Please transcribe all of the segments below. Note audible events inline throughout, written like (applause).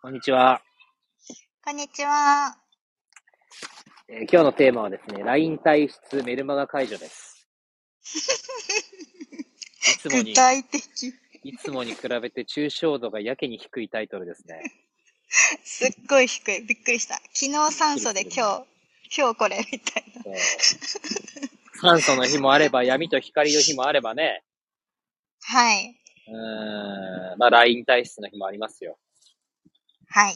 こんにちは、こんにちは。えー今日のテーマはですね、LINE 退出メルマガ解除です。いつも (laughs) 具に、体的。いつもに比べて抽象度がやけに低いタイトルですね。すっごい低い。びっくりした。昨日酸素で (laughs) 今日、今日これみたいな。えー酸素の日もあれば、闇と光の日もあればね、はい。うーん、まあ LINE 退出の日もありますよ。はい。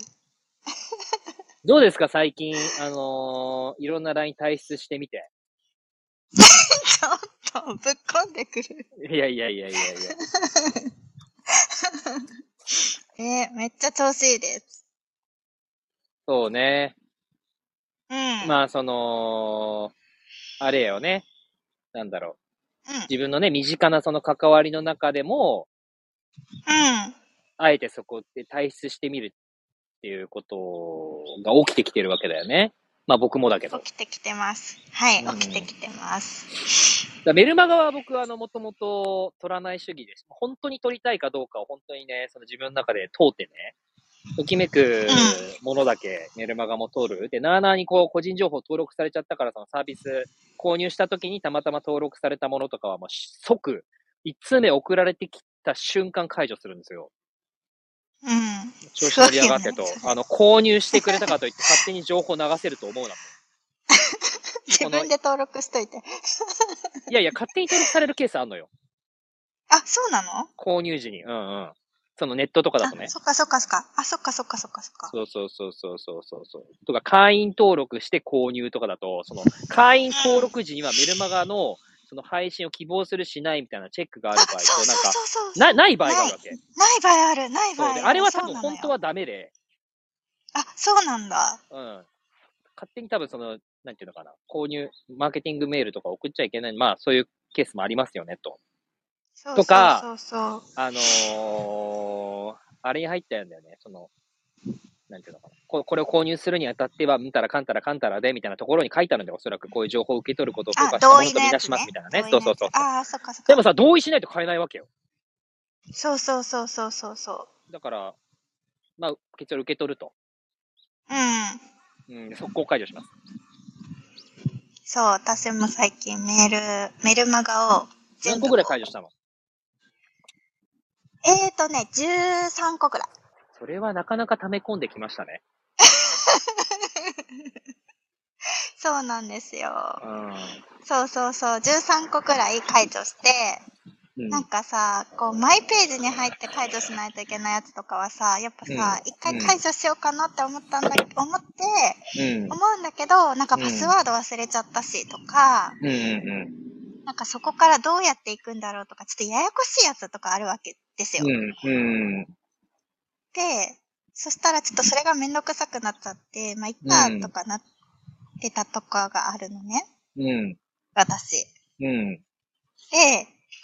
どうですか、最近、あのーいろんな LINE 退出してみて。ちょっとぶっこんでくる。いやいやいやいやいや。えー、めっちゃ調子いいです。そうね。うん。まあ、その、あれよね。なんだろう。自分のね、身近なその関わりの中でも、うん。うん。あえてそこで退出してみるっていうことが起きてきてるわけだよね。まあ僕もだけど。だか起きてきてます。はい、うん起きてきてます。らメルマガは僕はあの、もともと取らない主義です。本当に取りたいかどうかを本当にね、その自分の中で通ってね、ときめくものだけメルマガも取る。で、なあなあにこう、個人情報登録されちゃったから、そのサービス購入した時にたまたま登録されたものとかはもう即、1通目送られてきた瞬間解除するんですよ。うん。調子乗り上がってと、そうよねあの、購入してくれたかといって勝手に情報流せると思うな。自分で登録しといて。いやいや、勝手に登録されるケースあんのよ。あ、そうなの購入時に。うんうん。そのネットとかだとねあ、。そっかそっかそっか。あ、そっかそっかそっかそっか。そうそうそうそうそうそうそう。とか、会員登録して購入とかだと、その、会員登録時にはメルマガの、その配信を希望するしないみたいなチェックがあある場合そうと、なんそうか、そうそう。な、ない場合があるわけ。ない場合ある、ない場そ合うあで、る。あれは多そう分なのよ本当はダメで、あ、そうなんだ。うん。勝手に多分その、なんていうのかな、購入、マーケティングメールとか送っちゃいけない、まあそういうケースもありますよね、と。そうとかそうそうそう。あのー、あれに入ったんだよね、その、なんていうのかな。ここれを購入するにあたっては、うんたらかんたらかんたらで、みたいなところに書いてあるんだよ、おそらく。こういう情報を受け取ることを許可あ、したも同の意とのみやなつ、しねます、。みたいなね。同そう意のそやうつそう。ああ、そっかそっか。でもさ、同意しないと買えないわけよ。そうそうそうそうそうそう。だから、まあ、結論受け取ると。うん。うん、速攻解除します。そう、私も最近メール、メルマガを何全部個ぐらい解除したのえーとね、13個ぐらい。それはなかなか溜め込んできましたね。そうなんですよ。うそうそうそう、13個くらい解除して、ん。なんかさ、こう、マイページに入って解除しないといけないやつとかはさ、やっぱさ、うん一回解除しようかなって思ったんだ、思って、うん。思うんだけど、なんかパスワード忘れちゃったしとか、うん。うん。なんかそこからどうやっていくんだろうとか、ちょっとややこしいやつとかあるわけですよ。うん。うん。で、そしたらちょっとそれがめんどくさくなっちゃって、まあ、いっかうんとかなってたとかがあるのね、うん。私。うん。で、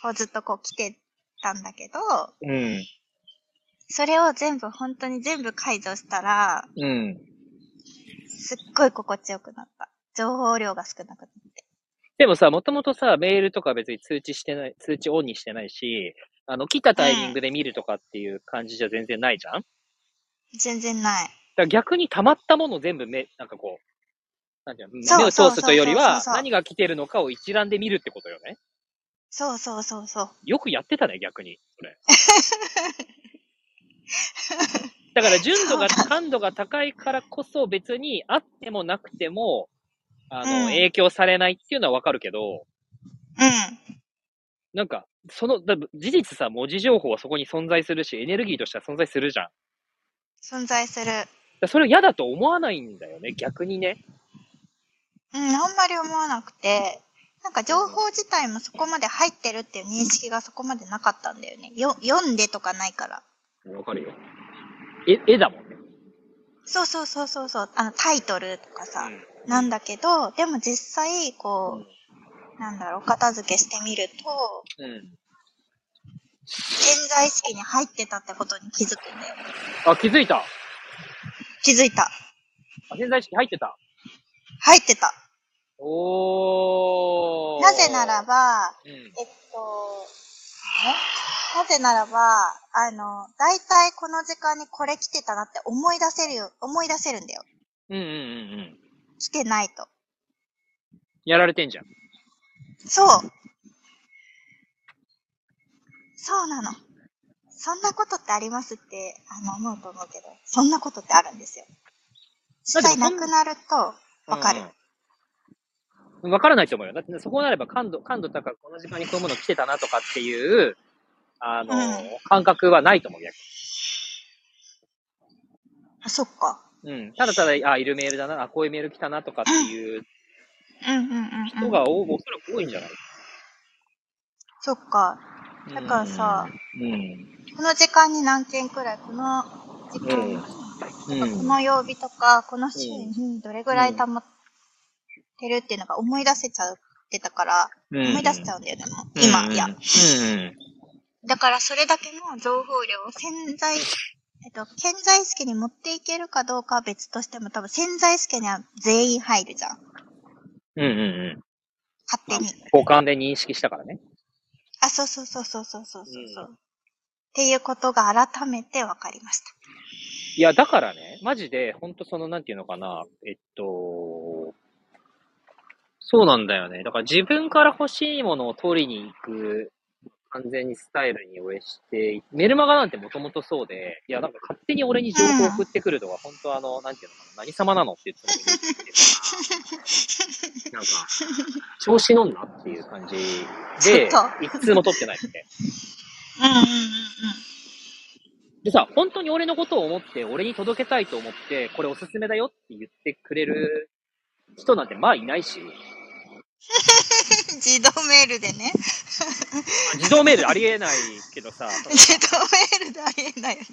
こうずっとこう来てたんだけど、うん。それを全部、本当に全部解除したら、うん。すっごい心地よくなった。情報量が少なくなって。でもさ、もともとさ、メールとか別に通知してない、通知オンにしてないし、あの、来たタイミングで見るとかっていう感じじゃ全然ないじゃん、だか全然ない。ら逆に溜まったものを全部目、なんかこう、なんていうその、目うを通すというよりそうそうそうは、そう何が来てるのかを一覧で見るってことよね。そうそうそうそう。よくやってたね、逆に。そ (laughs) れ。だから純度が、感度が高いからこそ別にあってもなくても、あの、うん影響されないっていうのはわかるけど、うん。なんか、その、だ事実さ、文字情報はそこに存在するし、エネルギーとしては存在するじゃん。だか存在する。らそれを嫌だと思わないんだよね、逆にね。うん、あんまり思わなくて、なんか情報自体もそこまで入ってるっていう認識がそこまでなかったんだよね。よ読んでとかないから。わかるよ。え、絵だもんね。そうそうそうそうそう。あの、タイトルとかさ、なんだけど、でも実際、こう、なんだろう、片付けしてみると、うん。潜在意識に入ってたってことに気づくんだよね。あ、気づいた。気づいた。あ潜在意識入ってた。入ってた。おー。なぜなら、ば、うん。えっと、なぜならば、あの、だいたいこの時間にこれ来てたなって思い出せるよ、思い出せるんだよ。うんうんうんうん。来てないと。やられてんじゃん。そう。そうなの。そんなことってありますって、あの、思うと思うけど、そんなことってあるんですよ。実際だなってそんくなると、わかるうん。わからないと思うよ。だってねそこなれば感度、感度高くこの時間にこういうもの来てたなとかっていう、あの、うん感覚はないと思う、逆あそっか。に。うん。ただただ、あ、いるメールだな、あ、こういうメール来たなとかっていううんうんうん、人がお、おそらく多いんじゃないそっか。だからさ、うん。この時間に何件くらい、この時間に、うんとかうんこの曜日とか、この週にどれぐらい溜まってるっていうのが思い出せちゃってたから、思い出しちゃうんだよね、もう今、いやう。ん。だからそれだけの情報量を潜在、えっと、潜在意識に持っていけるかどうかは別としても、多分潜在意識には全員入るじゃん。うんうんうん。勝手に。五感で認識したからね。あ、そうそうそうそうそうそうそうそううっていうことが改めて分かりました。いや、だからね、マジで、ほんとその、なんていうのかな、えっと、そうなんだよね。だから自分から欲しいものを取りに行く、完全にスタイルに俺して、メルマガなんてもともとそうで、いや、なんか勝手に俺に情報を送ってくるのが、本当あの、なんていうのかな、何様なのって言ってもいいっていうか、なんか、調子乗んなっていう感じで (laughs) ちょっ、一通も取ってないって。うんうんうんでさ、本当に俺のことを思って、俺に届けたいと思って、これおすすめだよって言ってくれる人なんてまあいないし、うん。自動メールでね。自動メールありえないけどさ、う自動メールでありえないよね。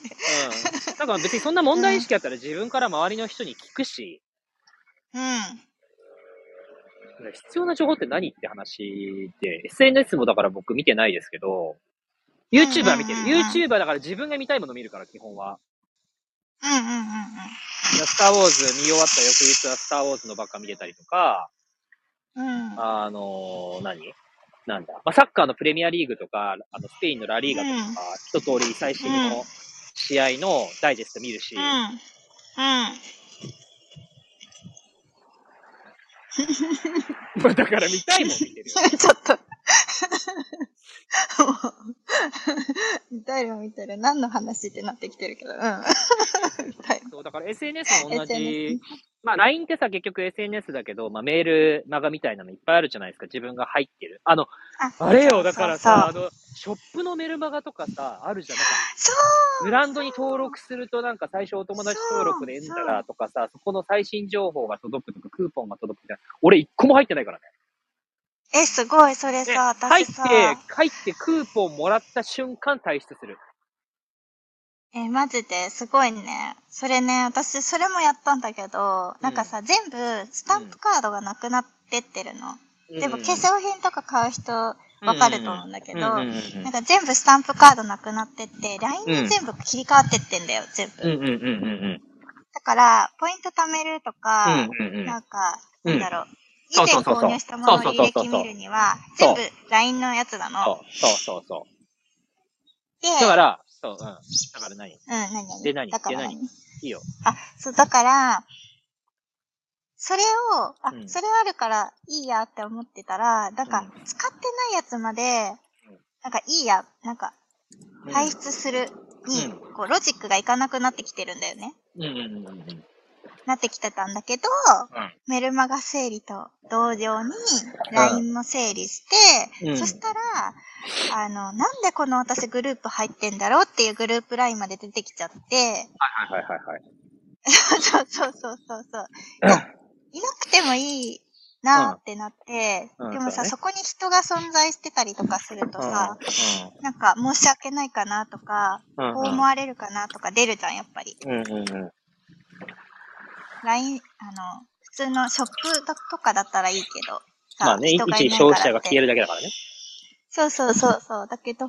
ん。だから別にそんな問題意識あったら自分から周りの人に聞くし、うん。必要な情報って何って話で、SNS もだから僕見てないですけど、YouTuber は見てる。うんうんうんうん YouTuber だから自分が見たいもの見るから、基本は。うんうんうんうん。いやスターウォーズ見終わった翌日はスターウォーズのばっか見てたりとか、うんあの何なんだ、まあ、サッカーのプレミアリーグとか、あのスペインのラリーガとか、一通り最新うんの試合のダイジェスト見るし、うん。うん。まあだから見たいもん見てるよ。 (laughs) ちょっと。もう、誰も見てる。何の話ってなってきてるけど。うん。 (laughs) はいそうだから SNS も (laughs) 同 SNS じ、まあ、LINE ってさ、結局 SNS だけど、まあ、メール、マガみたいなのいっぱいあるじゃないですか、自分が入ってる。あの、あれよ、だからさ、あ。の、ショップのメルマガとかさ、あるじゃんなんかそうブランドに登録すると、なんか最初お友達登録でエンダラとかさ、そこの最新情報が届くとか、クーポンが届くみたいな。俺一個も入ってないからね。そうえ、すごい、そねれさ、入っ私てさ、、入ってクーポンもらった瞬間退出する。え、マジで、すごいね。それね、私、それもやったんだけど、なんかさ、全部、スタンプカードがなくなってってるの。でも、化粧品とか買う人、わかると思うんだけど、うんうんなんか全部スタンプカードなくなってって、LINE に全部切り替わってってんだよ、全部。うんうんうんうんだから、ポイント貯めるとか、うんうんうんなんか、うなんんだろう。以そう前そうそうそう購入したものをそう履そうそうそう歴見るには、そ全う部 LINE のやつなの。そうそうそうそで、う。だから、そう、うん。だから何いうん、何何で何だからでいよ。あ、そう、だから、それを、あ、うんそれあるからいいやって思ってたら、なんか、う使ってないやつまでうん、なんかいいや、なんか、うん排出するに、うこう、ロジックがいかなくなってきてるんだよね。うんうんうんうんうん。なってきてたんだけど、うんメルマガ整理と同様に LINE も整理して、うんそしたら、あの、なんでこの私グループ入ってんだろうっていうグループ LINE まで出てきちゃって、 (laughs) はいはいはいはい。そうそうそうそうそう。いや、いなくてもいいなーってなって、うんでそうもださ、ねそこに人が存在してたりとかするとさ、うなんか申し訳ないかなとか、ん。うこんう思われるかなとか出るじゃん、やっぱり。うんうんうん。 LINE、あの、普通のショップだとかだったらいいけど、さまあね、一人がいない消費者からがって消えるだけだからね。そうそうそうそう。だけど、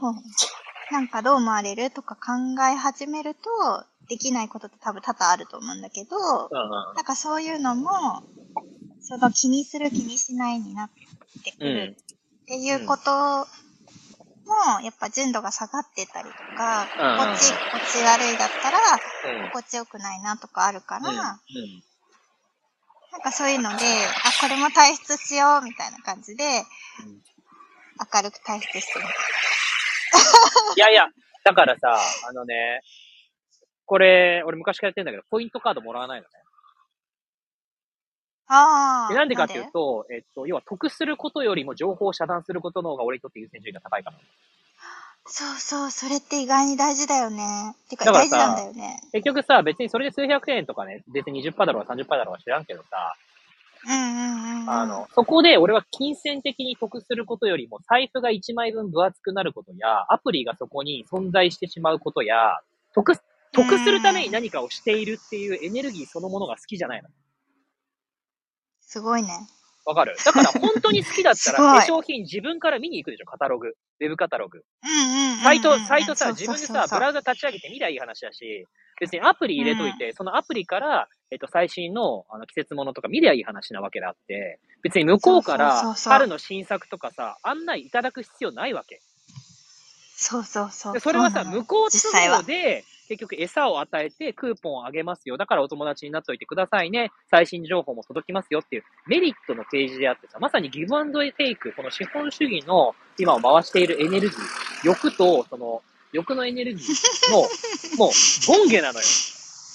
なんかどう思われるとか考え始めると、できないことって多分多々あると思うんだけど、うんうん。なんかそういうのも、その気にする気にしないになってくるっていうことも、やっぱ純度が下がってたりとか、うんこっち、こっち悪いだったら、こっち良くないなとかあるから、うん。なんかそういうので、あ、これも退出しようみたいな感じで、うん明るく退出してる。いやいや、だからさ、あのね、これ、俺昔からやってんだけど、ポイントカードもらわないのね。ああ。でなんでかっていうと、えっと、要は得することよりも情報を遮断することの方が俺にとって優先順位が高いから。そうそう、それって意外に大事だよね。てかだから大さ事なんだよね。結局さ、別にそれで数百円とかね、別に20%だろうが30%だろうが知らんけどさ、うんうんうん。あの、そこで俺は金銭的に得することよりも、財布が1枚分分厚くなることや、アプリがそこに存在してしまうことや、得す、得するために何かをしているっていうエネルギーそのものが好きじゃないの。すごいね。わかるだから本当に好きだったら (laughs) すご化粧い品自分から見に行くでしょ、カタログ。ウェブカタログ。うんうんうんうん。サイト、サイトそさ、う自そう分でそうさ、そうブラウザ立ち上げてみりゃいい話だし、別にアプリ入れといて、そのアプリから、えっと、最新のあの季節ものとか見りゃいい話なわけであって、別に向こうかそうそらうそうそう春の新作とかさ、案内いただく必要ないわけ。そうそうそう。でそれはさ、うなの向こう実際都合は。で、結局餌を与えてクーポンをあげますよ。だからお友達になっておいてくださいね。最新情報も届きますよっていうメリットの提示であってさ、まさにギブアンドテイク、この資本主義の今を回しているエネルギー、欲と、その、欲のエネルギー (laughs) の、もう、権下なのよ。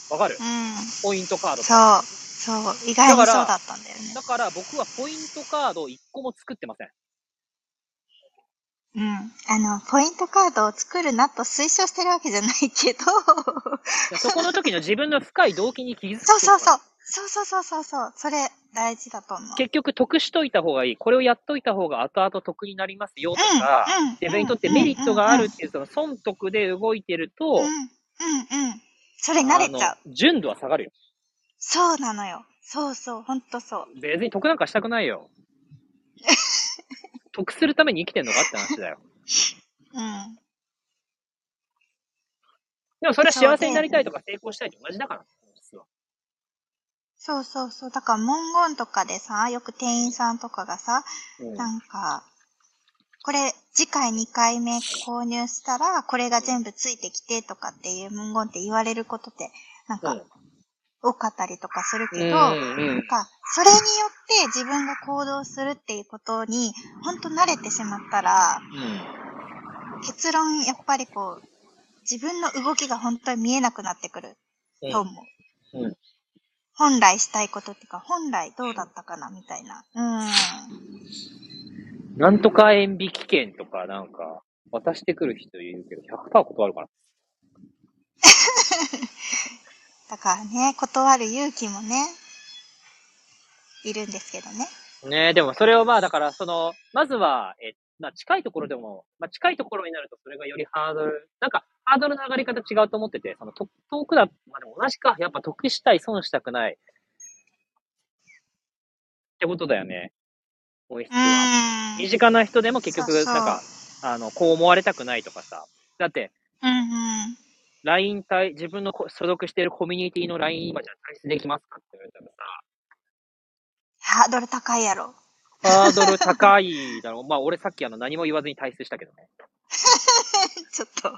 わかるうん。ポイントカードとかそう。そう。意外にそうだったんだよね。だから僕はポイントカードを1個も作ってません。うん。あの、ポイントカードを作るなと推奨してるわけじゃないけど、そこの時の自分の深い動機に傷つく。そうそうそう。そうそうそうそうそう。それ、大事だと思う。結局得しといた方がいい。これをやっといた方が後々得になりますよとか、うんうん、自分にとってメリットがあるっていう、その損得で動いてると、うん、うん、うんうん。それ慣れちゃうあ。の純度は下がるよ。そうなのよ。そうそう、ほんとそう。別に得なんかしたくないよ。 (laughs) 得するために生きてんのかって話だよ。うん。でもそれは幸せになりたいとか成功したいと同じだから、実は。そうそうそう。だから文言とかでさ、よく店員さんとかがさ、うんなんか、これ次回2回目購入したら、これが全部ついてきてとかっていう文言って言われることって、なんうかん多かったりとかするけど、うんうんなんか、それによって自分が行動するっていうことに、ほんと慣れてしまったら、結論、やっぱりこう、自分の動きが本当に見えなくなってくるうんと思う。うん本来したいことっていうか、本来どうだったかなみたいな。うん。なんとか塩引券とかなんか渡してくる人いるけど、100%断るから。だからね、断る勇気もね、いるんですけどね。ねえ、でもそれをまあだから、その、まずは、え、まあ近いところでも、まあ近いところになるとそれがよりハードル、なんかハードルの上がり方違うと思ってて、そのと遠くだ、まあでも同じか、やっぱ得したい、損したくない。ってことだよね。本質うは。ー身ん。近な人でも結局、なそうんそうか、あの、こう思われたくないとかさ。だって、うんうん。 LINE 対、自分のこ所属しているコミュニティの LINE 今じゃ退出できますかって言われたらさ、ハードル高いやろ。ハードル高いだろう。まあ俺さっきあの何も言わずに退出したけどね。ちょっと。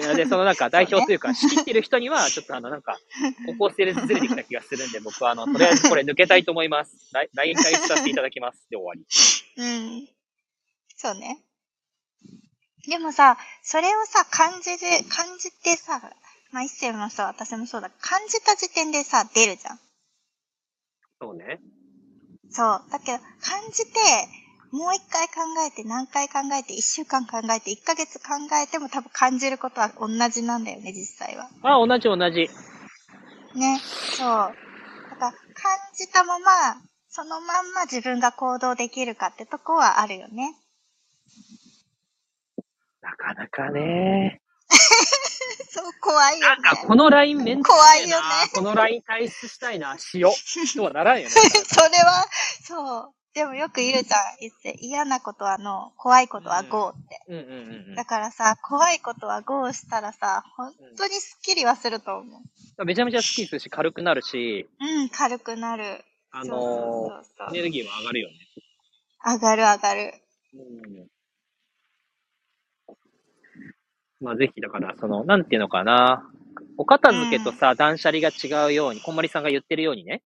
いやで、そのなんか代表というか、仕切ってる人に (laughs) は、ちょっとあの、なんか、方向性でずれてきた気がするんで、僕はあの、とりあえずこれ抜けたいと思います。来来回させていただきます。で、終わり。うん。そうね。でもさ、それをさ、感じで、感じてさ、まあ、一世もさ、私もそうだ、感じた時点でさ、出るじゃん。そうね。そう。だけど、感じて、もう一回考えて、何回考えて、一週間考えて、一ヶ月考えても多分感じることは同じなんだよね、実際は。あ、同じ同じ。ね。そう。だから、感じたまま、そのまんま自分が行動できるかってとこはあるよね。なかなかね。そう、怖いよなんね。か、このラインめんどくせえな怖いよね (laughs) このライン退出したいな。しよう。とはならんよね。それは、そう。でもよく言うじゃん、一世。嫌なことはノー、怖いことはゴーって。うんうんうんだからさ、怖いことはゴーしたらさ、本当にスッキリはすると思う。うん。めちゃめちゃスッキリするし、軽くなるし、うん、軽くなる。あそうそのうそー、エうそうネルギーは上がるよね。上がる上がる。うん。まあぜひ、だから、その、なんていうのかな。お片付けとさ、断捨離が違うように、こんまりさんが言ってるようにね。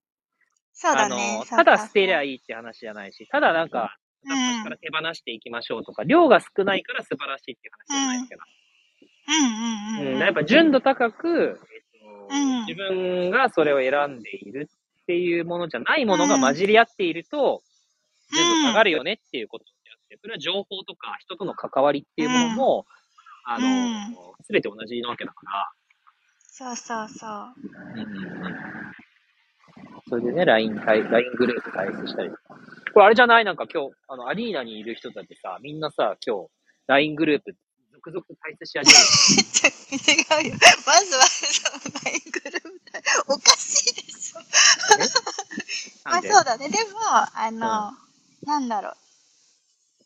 そうだあねの、。ただそうか捨てりゃいいって話じゃないし、ただなんか、うん私から手放していきましょうとか、量が少ないから素晴らしいっていう話じゃないですけど。うんうんう、うんん。やっぱ純度高く、えっとうん自分がそれを選んでいるっていうものじゃないものが混じり合っていると、うん純度下がるよねっていうことであって、それは情報とか人との関わりっていうものも、あのうん、すべて同じなわけだかそうそう (laughs) そう。ら、それでね、LINE 対、LINE グループ対立したりとか。これあれじゃないなんか今日、あの、アリーナにいる人たちさ、みんなさ、今日、LINE グループ、続々と対立し始める。ちょ違うよ。まずはその LINE グループだおかしいでしょ。まなんあでそうだね。でも、あの、なんだろう。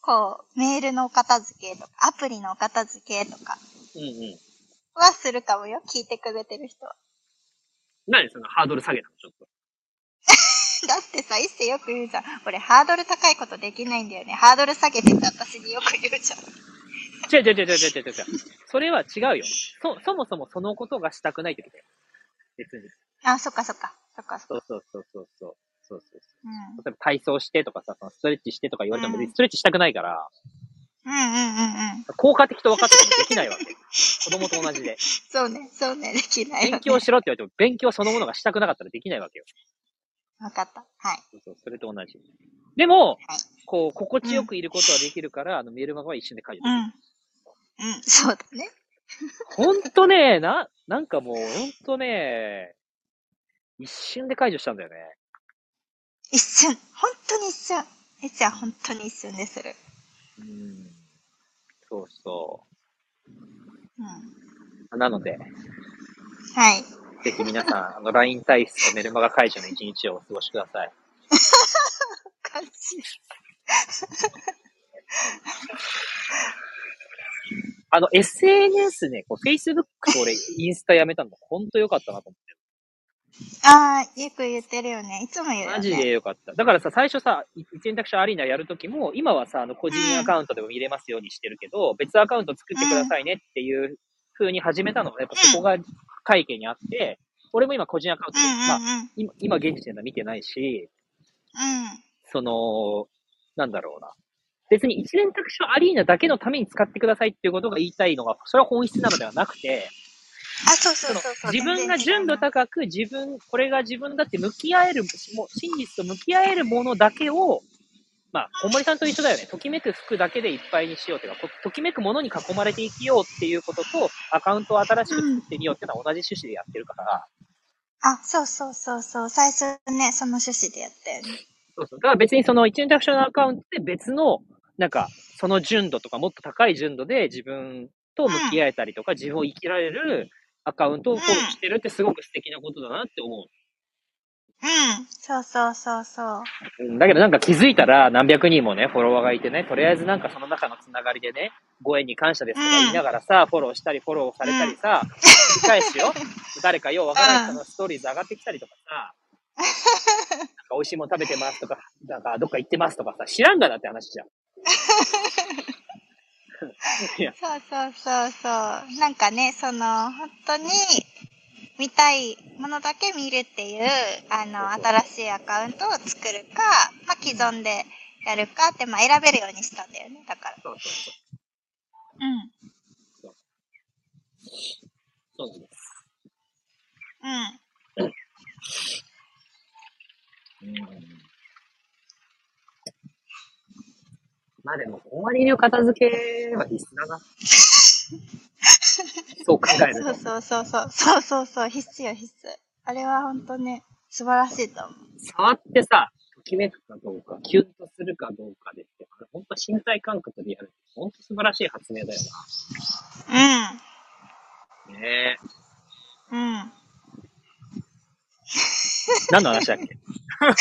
こう、メールのお片付けとか、アプリのお片付けとかうんうん。はするかもよ。聞いてくれてる人は。何そのハードル下げたのちょっと。だってさ、一世よく言うじゃん。俺ハードル高いことできないんだよね。ハードル下げてって私によく言うじゃん。違う違う違う違う違う違う違う。それは違うよ。そ、そもそもそのことがしたくないってことよ。別に。あ、そっかそっか。そっかそっか。そうそうそうそうそう。そうそうそううん。例えば体操してとかさ、そのストレッチしてとか言われてもうん別にストレッチしたくないから、うんうんうんうん。効果的と分かっててもできないわけ。子供と同じで。そうね、そうね、できないよ、ね。勉強しろって言われても勉強そのものがしたくなかったらできないわけよ。わかった。はい。そうそう、それと同じ。でもはい、こう、心地よくいることはできるから、あの、メールマガは一瞬で解除できる。うん。うん、そうだね。ほんとね、な、なんかもう、ほんとね、一瞬で解除したんだよね。一瞬。本当に一瞬。えちゃん、本当に一瞬でする。うん。そうそうん。う。なので、はい。ぜひ皆さん、あの、LINE 体質とメルマガ解除の一日をお過ごしください。おかしい。あの、SNS ね、こう Facebook と俺、インスタやめたの、ほんとよかったなと思っああ、よく言ってるよね。いつも言うて。よ、ね。マジでよかった。だからさ、最初さ、い選択肢アリーナやるときも、今はさ、あの、個人アカウントでも見れますようにしてるけど、別アカウント作ってくださいねっていう風に始めたのは、やっぱそこが背景にあって、俺も今個人アカウントうで、んうんまあ、うん。今、今現時点では見てないし、うん。その、なんだろうな。別に一連択肢をアリーナだけのために使ってくださいっていうことが言いたいのが、それは本質なのではなくて、あ、そうそそうのそうそう。自分が純度た高く、自分、これが自分だって向き合える、もう真実と向き合えるものだけを、まあ、小森さんと一緒だよね。ときめく服だけでいっぱいにしようというか、とときめくものに囲まれていきようっていうことと、アカウントを新しく作ってみようっていうのは同じ趣旨でやってるから、あ、そうそうそうそう。最初ね、その趣旨でやったよね。そうそう。だから別にその一連択肢のアカウントで別の、なんか、その純度とかもっと高い純度で自分と向き合えたりとか、自分を生きられるアカウントをフォローしてるってすごく素敵なことだなって思う。うん。そうそうそうそう。うんだけどなんか気づいたら何百人もね、フォロワーがいてね、とりあえずなんかその中のつながりでね、ご縁に感謝ですとか言いながらさ、フォローしたりフォローされたりさ、繰り返すよ。誰かようわからない人のストーリーズ上がってきたりとかさ、なんか美味しいもの食べてますとか、なんかどっか行ってますとかさ、知らんがなって話じゃん。いや、そうそうそうそう。なんかね、その、本当に、見たいものだけ見るっていう、あの、新しいアカウントを作るか、まあ、既存でやるかって、まあ、選べるようにしたんだよね、だから。そうそうそう。うん。そうなんです。うん。まあでも、終わりの片付けは必須だな。そう考えるそと。うそうそうそう。そうそうそう。必須よ、必須。あれは本当ね、素晴らしいと思う。触ってさ、ときめくかどうか、キュンとするかどうかでって、これ本当身体感覚でやる。本当素晴らしい発明だような。ねえ。ん。うん。わ何の話だっ (laughs) けかる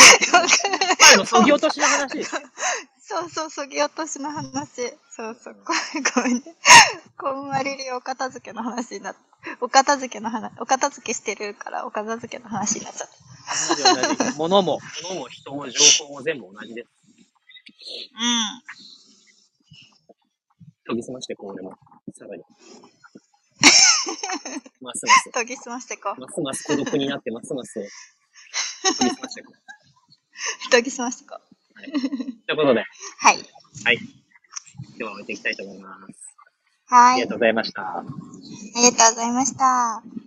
前の削ぎ落としの (laughs) 話でしょそうそう、そぎ落としの話。そうそう、ごめん、ごめんね。こんまり流お片付けの話になった。お片付けの話、お片付けしてるから、お片付けの話になっちゃっ同た。じ同じ。物も、物も人も情報も全部同じです。 (laughs) 研ぎ澄ましてこう俺も。さらに。ますます。研ぎ澄ましてこう。ますます孤独になって、ますます。クリスマスだと研ぎ澄ましてこう。いうことで、はい。今日は終えていきたいと思います。あはりいが。とうございました。ありがとうございました。